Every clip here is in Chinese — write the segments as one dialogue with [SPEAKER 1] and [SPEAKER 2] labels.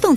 [SPEAKER 1] 懂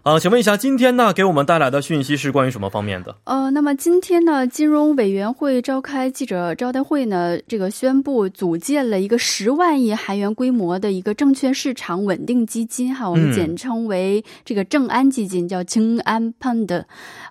[SPEAKER 2] 啊、呃，请问一下，今天呢给我们带来的讯息是关于什么方面的？
[SPEAKER 3] 呃，那么今天呢，金融委员会召开记者招待会呢，这个宣布组建了一个十万亿韩元规模的一个证券市场稳定基金，哈，我
[SPEAKER 2] 嗯
[SPEAKER 3] 们简称为这个正安基金，叫清安 Fund。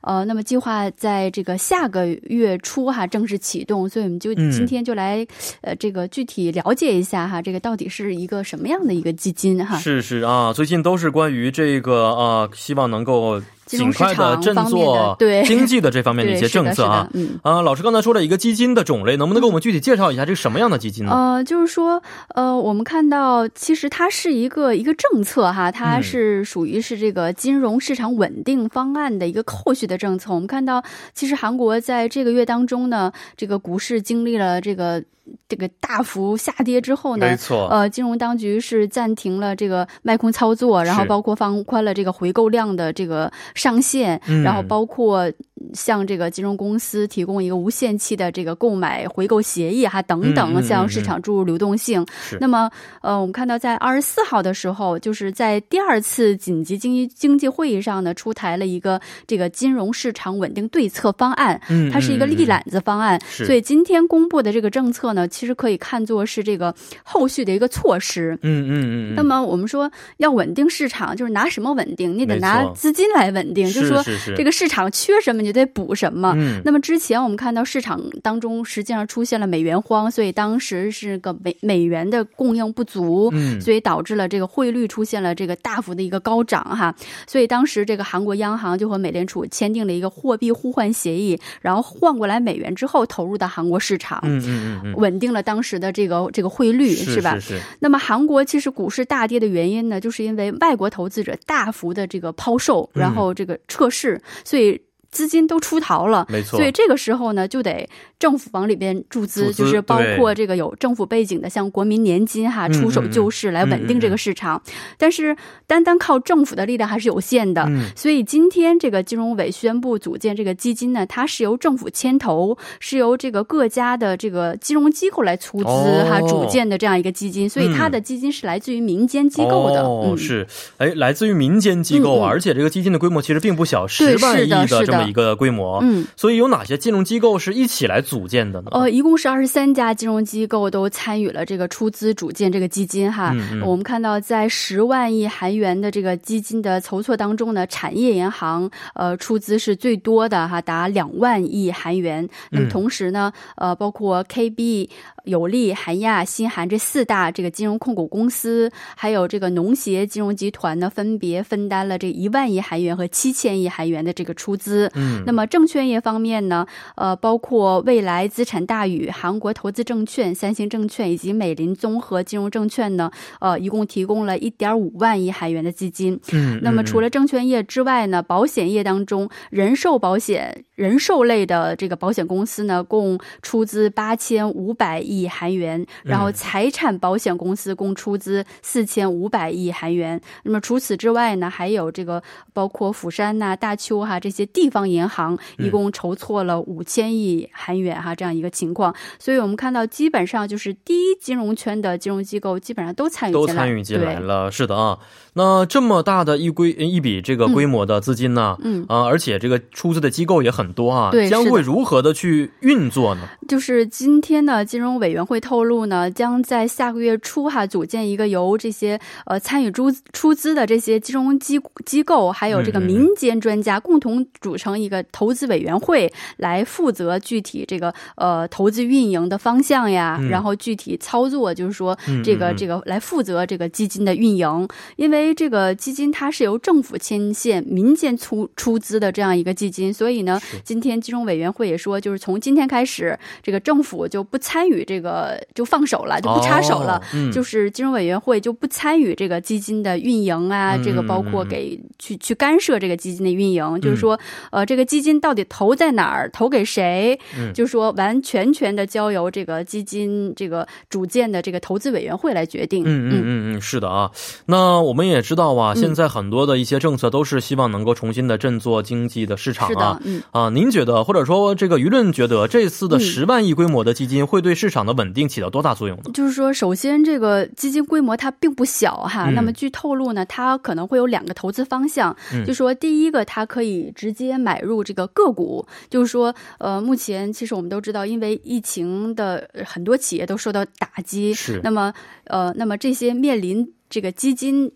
[SPEAKER 3] 呃，那么计划在这个下个月初哈正式启动，所以我们就
[SPEAKER 2] 嗯
[SPEAKER 3] 今天就来、呃这个具体了解一下哈，这个到底是一个什么样的一个基金哈？
[SPEAKER 2] 是是啊，最近都是关于这个啊、呃，希望能够尽快的振作
[SPEAKER 3] 对
[SPEAKER 2] 经济的这方面的一些政策啊。
[SPEAKER 3] 对是的是的嗯
[SPEAKER 2] 啊，老师刚才说了一个基金的种类，能不能给我们具体介绍一下这是什么样的基金呢？
[SPEAKER 3] 呃，就是说，呃，我们看到其实它是一个一个政策哈，它是属于是这个金融市场稳定方案的一个后续的政策。我们看到，其实韩国在这个月当中呢，这个股市经历了这个。这个大幅下跌之后呢，
[SPEAKER 2] 没错
[SPEAKER 3] 呃，金融当局是暂停了这个卖空操作，然后包括放宽了这个回购量的这个上限，
[SPEAKER 2] 嗯
[SPEAKER 3] 然后包括向这个金融公司提供一个无限期的这个购买回购协议哈等
[SPEAKER 2] 嗯嗯嗯
[SPEAKER 3] 等，
[SPEAKER 2] 嗯
[SPEAKER 3] 向市场注入流动性。
[SPEAKER 2] 是
[SPEAKER 3] 那么，呃，我们看到在二十四号的时候，就是在第二次紧急经济经济会议上呢，出台了一个这个金融市场稳定对策方案，
[SPEAKER 2] 嗯
[SPEAKER 3] 它是一个
[SPEAKER 2] 嗯嗯
[SPEAKER 3] 立揽子方案，
[SPEAKER 2] 是
[SPEAKER 3] 所以今天公布的这个政策呢，其实可以看作是这个后续的一个措施。
[SPEAKER 2] 嗯嗯嗯嗯，
[SPEAKER 3] 那么我们说要稳定市场，就是拿什么稳定？你得
[SPEAKER 2] 没错
[SPEAKER 3] 拿资金来稳定，就是说
[SPEAKER 2] 是是
[SPEAKER 3] 这个呃市场缺什么，你就得补什么。
[SPEAKER 2] 嗯
[SPEAKER 3] 那么之前我们看到市场当中实际上出现了美元荒，所以当时是个美美元的供应不足，
[SPEAKER 2] 嗯
[SPEAKER 3] 所以导致了这个汇率出现了这个大幅的一个高涨哈。所以当时这个韩国央行就和美联储签订了一个货币互换协议，然后换过来美元之后投入到韩国市场，
[SPEAKER 2] 嗯嗯嗯嗯，
[SPEAKER 3] 稳定了当时的这个这个汇率
[SPEAKER 2] 是
[SPEAKER 3] 吧？
[SPEAKER 2] 是是
[SPEAKER 3] 那么韩国其实股市大跌的原因呢，就是因为外国投资者大幅的这个抛售，
[SPEAKER 2] 嗯
[SPEAKER 3] 然后这个撤市，所以。资金都出逃了，
[SPEAKER 2] 没错
[SPEAKER 3] 所以这个时候呢，就得政府往里边注资，
[SPEAKER 2] 注资
[SPEAKER 3] 就是包括这个有政府背景的，像国民年金哈，
[SPEAKER 2] 嗯
[SPEAKER 3] 出手救市来稳定这个市场。但是单单靠政府的力量还是有限的，
[SPEAKER 2] 嗯
[SPEAKER 3] 所以今天这个金融委宣布组建这个基金呢，它是由政府牵头，是由这个各家的这个金融机构来出资
[SPEAKER 2] 哦嗯
[SPEAKER 3] 哈、组建的这样一个基金，所以它的基金是来自于民间机构的，
[SPEAKER 2] 哦，
[SPEAKER 3] 嗯。
[SPEAKER 2] 是，哎，来自于民间机构啊、
[SPEAKER 3] 嗯嗯
[SPEAKER 2] 而且这个基金的规模其实并不小，十万
[SPEAKER 3] 是
[SPEAKER 2] 亿
[SPEAKER 3] 的是的
[SPEAKER 2] 这么一个规模。
[SPEAKER 3] 嗯，
[SPEAKER 2] 所以有哪些金融机构是一起来组建的呢？
[SPEAKER 3] 呃，一共是二十三家金融机构都参与了这个出资组建这个基金哈。
[SPEAKER 2] 嗯嗯
[SPEAKER 3] 我们看到，在十万亿韩元的这个基金的筹措当中呢，产业银行呃出资是最多的哈，达两万亿韩元。
[SPEAKER 2] 嗯
[SPEAKER 3] 那么同时呢，呃，包括 KB、有利、韩亚、新韩这四大这个金融控股公司，还有这个农协金融集团呢，分别分担了这一万亿韩元和七千亿韩元的这个出资。
[SPEAKER 2] 嗯，
[SPEAKER 3] 那么证券业方面呢，呃，包括未来资产大宇、韩国投资证券、三星证券以及美林综合金融证券呢，呃，一共提供了一点五万亿韩元的基金。
[SPEAKER 2] 嗯，嗯
[SPEAKER 3] 那么除
[SPEAKER 2] 嗯
[SPEAKER 3] 了证券业之外呢，保险业当中，人寿保险、人寿类的这个保险公司呢，共出资八千五百亿韩元，
[SPEAKER 2] 嗯
[SPEAKER 3] 然后财产保险公司共出资四千五百亿韩元。那么除此之外呢，还有这个包括釜山呐、大邱哈、这些地方银行，
[SPEAKER 2] 嗯
[SPEAKER 3] 一共筹措了五千亿韩元哈、这样一个情况。所以我们看到，基本上就是第一金融圈的金融机构基本上都参与
[SPEAKER 2] 都
[SPEAKER 3] 进来，
[SPEAKER 2] 参与进来
[SPEAKER 3] 对。
[SPEAKER 2] 了，是的啊。那这么大的一规一笔这个规模的资金呢，
[SPEAKER 3] 嗯，
[SPEAKER 2] 啊，而且这个出资的机构也很多啊，
[SPEAKER 3] 对
[SPEAKER 2] 将
[SPEAKER 3] 是的
[SPEAKER 2] 会如何的去运作呢？
[SPEAKER 3] 就是今天呢，金融委员会透露呢，将在下个月初哈组建一个由这些呃参与出出资的这些金融机机构，还有这
[SPEAKER 2] 嗯
[SPEAKER 3] 个
[SPEAKER 2] 嗯嗯
[SPEAKER 3] 民间专家共同组成一个投资委员会，来负责具体这个呃投资运营的方向呀，
[SPEAKER 2] 嗯
[SPEAKER 3] 然后具体操作，就是说
[SPEAKER 2] 嗯
[SPEAKER 3] 这个
[SPEAKER 2] 嗯嗯
[SPEAKER 3] 这个来负责这个基金的运营，因为这个基金它是由政府牵线、民间出出资的这样一个基金，所以呢，今天金融委员会也说，就是从今天开始，这个政府就不参与这个，就放手了，就不插手了，
[SPEAKER 2] 哦嗯
[SPEAKER 3] 就是金融委员会就不参与这个基金的运营啊，
[SPEAKER 2] 嗯嗯
[SPEAKER 3] 这个包括给去去干涉这个基金的运营，就是说，呃，这个基金到底投在哪儿，投给谁，
[SPEAKER 2] 嗯
[SPEAKER 3] 就说完全全的交由这个基金这个主建的这个投资委员会来决定。
[SPEAKER 2] 嗯嗯嗯嗯，是的啊。那我们也知道啊，
[SPEAKER 3] 嗯
[SPEAKER 2] 现在很多的一些政策都是希望能够重新的振作经济的市场
[SPEAKER 3] 是
[SPEAKER 2] 啊
[SPEAKER 3] 的。，嗯。
[SPEAKER 2] 啊，您觉得或者说这个舆论觉得这次的
[SPEAKER 3] 嗯
[SPEAKER 2] 十万亿规模的基金会对市场的稳定起到多大作用呢？
[SPEAKER 3] 就是说，首先这个基金规模它并不小哈。
[SPEAKER 2] 嗯
[SPEAKER 3] 那么据透露呢，它可能会有两个投资方向，
[SPEAKER 2] 嗯
[SPEAKER 3] 就说第一个它可以直接买入这个个股，就是说呃，目前其实我们都知道，因为疫情的呃很多企业都受到打击，
[SPEAKER 2] 是
[SPEAKER 3] 那么呃，那么这些面临这个基金。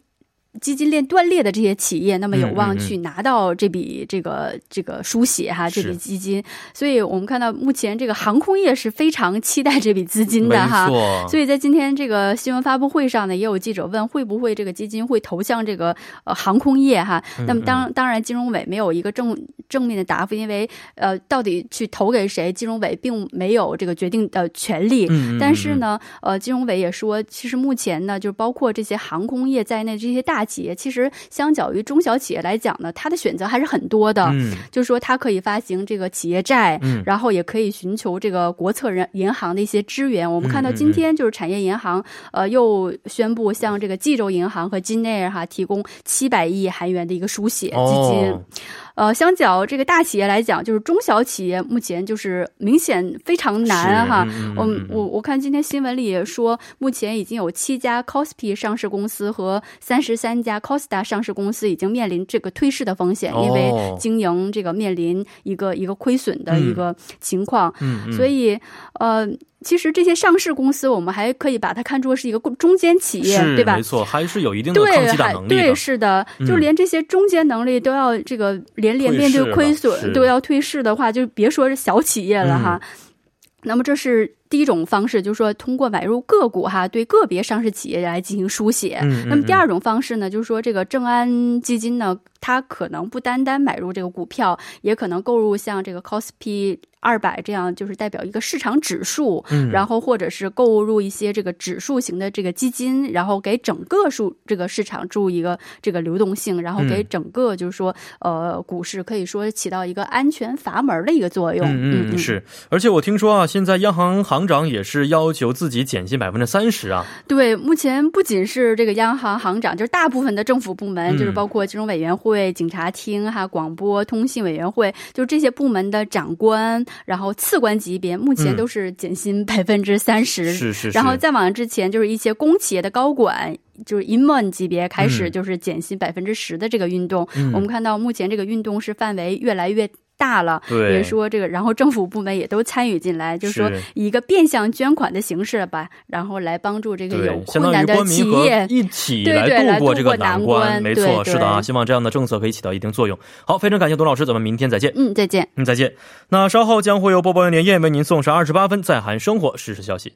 [SPEAKER 3] 基金链断裂的这些企业，那么有
[SPEAKER 2] 嗯嗯
[SPEAKER 3] 望
[SPEAKER 2] 嗯
[SPEAKER 3] 去拿到这笔这个这个输血哈，这
[SPEAKER 2] 是
[SPEAKER 3] 笔基金。所以我们看到目前这个航空业是非常期待这笔资金
[SPEAKER 2] 没
[SPEAKER 3] 的哈。
[SPEAKER 2] 错，
[SPEAKER 3] 所以在今天这个新闻发布会上呢，也有记者问会不会这个基金会投向这个呃航空业哈？
[SPEAKER 2] 嗯
[SPEAKER 3] 那么当当然，金融委没有一个正正面的答复，因为呃，到底去投给谁，金融委并没有这个决定的权利。
[SPEAKER 2] 嗯，嗯
[SPEAKER 3] 但是，呢，呃，金融委也说，其实目前呢，就是包括这些航空业在内这些大企业，其实相较于中小企业来讲呢，它的选择还是很多的。
[SPEAKER 2] 嗯嗯
[SPEAKER 3] 就是说它可以发行这个企业债，
[SPEAKER 2] 嗯
[SPEAKER 3] 然后也可以寻求这个国策人银行的一些支援。我们看到
[SPEAKER 2] 嗯嗯
[SPEAKER 3] 今天就是产业银行，呃，又宣布向这个济州银行和金内尔哈提供七百亿韩元的一个输血基金。
[SPEAKER 2] 哦，
[SPEAKER 3] 呃，相较这个大企业来讲，就是中小企业目前就是明显非常难啊
[SPEAKER 2] 是
[SPEAKER 3] 哈。
[SPEAKER 2] 嗯嗯
[SPEAKER 3] 我
[SPEAKER 2] 嗯嗯
[SPEAKER 3] 我我看今天新闻里也说，目前已经有七家 Cospi 上市公司和三十三家 Costa 上市公司已经面临这个退市的风险，因为
[SPEAKER 2] 哦嗯
[SPEAKER 3] 经营这个面临一个一个亏损的一个情况，
[SPEAKER 2] 嗯，嗯
[SPEAKER 3] 所以呃，其实这些上市公司我们还可以把它看作是一个中间企业，
[SPEAKER 2] 是
[SPEAKER 3] 对吧
[SPEAKER 2] 没？错，还是有一定的抗
[SPEAKER 3] 对，
[SPEAKER 2] 击打
[SPEAKER 3] 还
[SPEAKER 2] 能力
[SPEAKER 3] 对，
[SPEAKER 2] 的。
[SPEAKER 3] 是的，
[SPEAKER 2] 嗯
[SPEAKER 3] 就连这些中间能力都要这个连连面对亏
[SPEAKER 2] 退市了是嗯
[SPEAKER 3] 损都要退市的话，就别说是小企业了哈。那么这是第一种方式，就是说通过买入个股哈，对个别上市企业来进行输血。
[SPEAKER 2] 嗯，嗯
[SPEAKER 3] 那么第二种方式呢，就是说这个正安基金呢，它可能不单单买入这个股票，也可能购入像这个 COSPI 二百这样，就是代表一个市场指数，
[SPEAKER 2] 嗯
[SPEAKER 3] 然后或者是购入一些这个指数型的这个基金，然后给整个数这个市场注入一个这个流动性，然后给
[SPEAKER 2] 嗯
[SPEAKER 3] 整个就是说呃股市可以说起到一个安全阀门的一个作用。
[SPEAKER 2] 嗯嗯是，而且我听说啊，现在央行行长也是要求自己减薪百分之三十啊，
[SPEAKER 3] 对，目前不仅是这个央行行长，就是大部分的政府部门，
[SPEAKER 2] 嗯
[SPEAKER 3] 就是包括金融委员会、警察厅哈、广播通信委员会，就是这些部门的长官，然后次官级别，目前
[SPEAKER 2] 嗯
[SPEAKER 3] 都是减薪百分之三十。
[SPEAKER 2] 是是是，
[SPEAKER 3] 然后再往之前，就是一些公企业的高管，就是 IMON 级别开始
[SPEAKER 2] 嗯
[SPEAKER 3] 就是减薪百分之十的这个运动、
[SPEAKER 2] 嗯
[SPEAKER 3] 我们看到目前这个运动是范围越来越大了，
[SPEAKER 2] 对
[SPEAKER 3] 也说这个，然后政府部门也都参与进来，就是说
[SPEAKER 2] 是
[SPEAKER 3] 以一个变相捐款的形式吧，然后来帮助这个有
[SPEAKER 2] 对，相当
[SPEAKER 3] 困难
[SPEAKER 2] 于
[SPEAKER 3] 的
[SPEAKER 2] 官
[SPEAKER 3] 企
[SPEAKER 2] 民和
[SPEAKER 3] 业。
[SPEAKER 2] 一起
[SPEAKER 3] 对对
[SPEAKER 2] 来
[SPEAKER 3] 来
[SPEAKER 2] 度过
[SPEAKER 3] 度
[SPEAKER 2] 这个
[SPEAKER 3] 过难
[SPEAKER 2] 关，
[SPEAKER 3] 关
[SPEAKER 2] 没
[SPEAKER 3] 对
[SPEAKER 2] 错，是的啊，
[SPEAKER 3] 对
[SPEAKER 2] 希望这样的政策可以起到一定作用。好，非常感谢董老师，咱们明天再见。
[SPEAKER 3] 嗯，再见。
[SPEAKER 2] 嗯，再见。那稍后将会由播报员连夜为您送上二十八分在韩生活实时消息。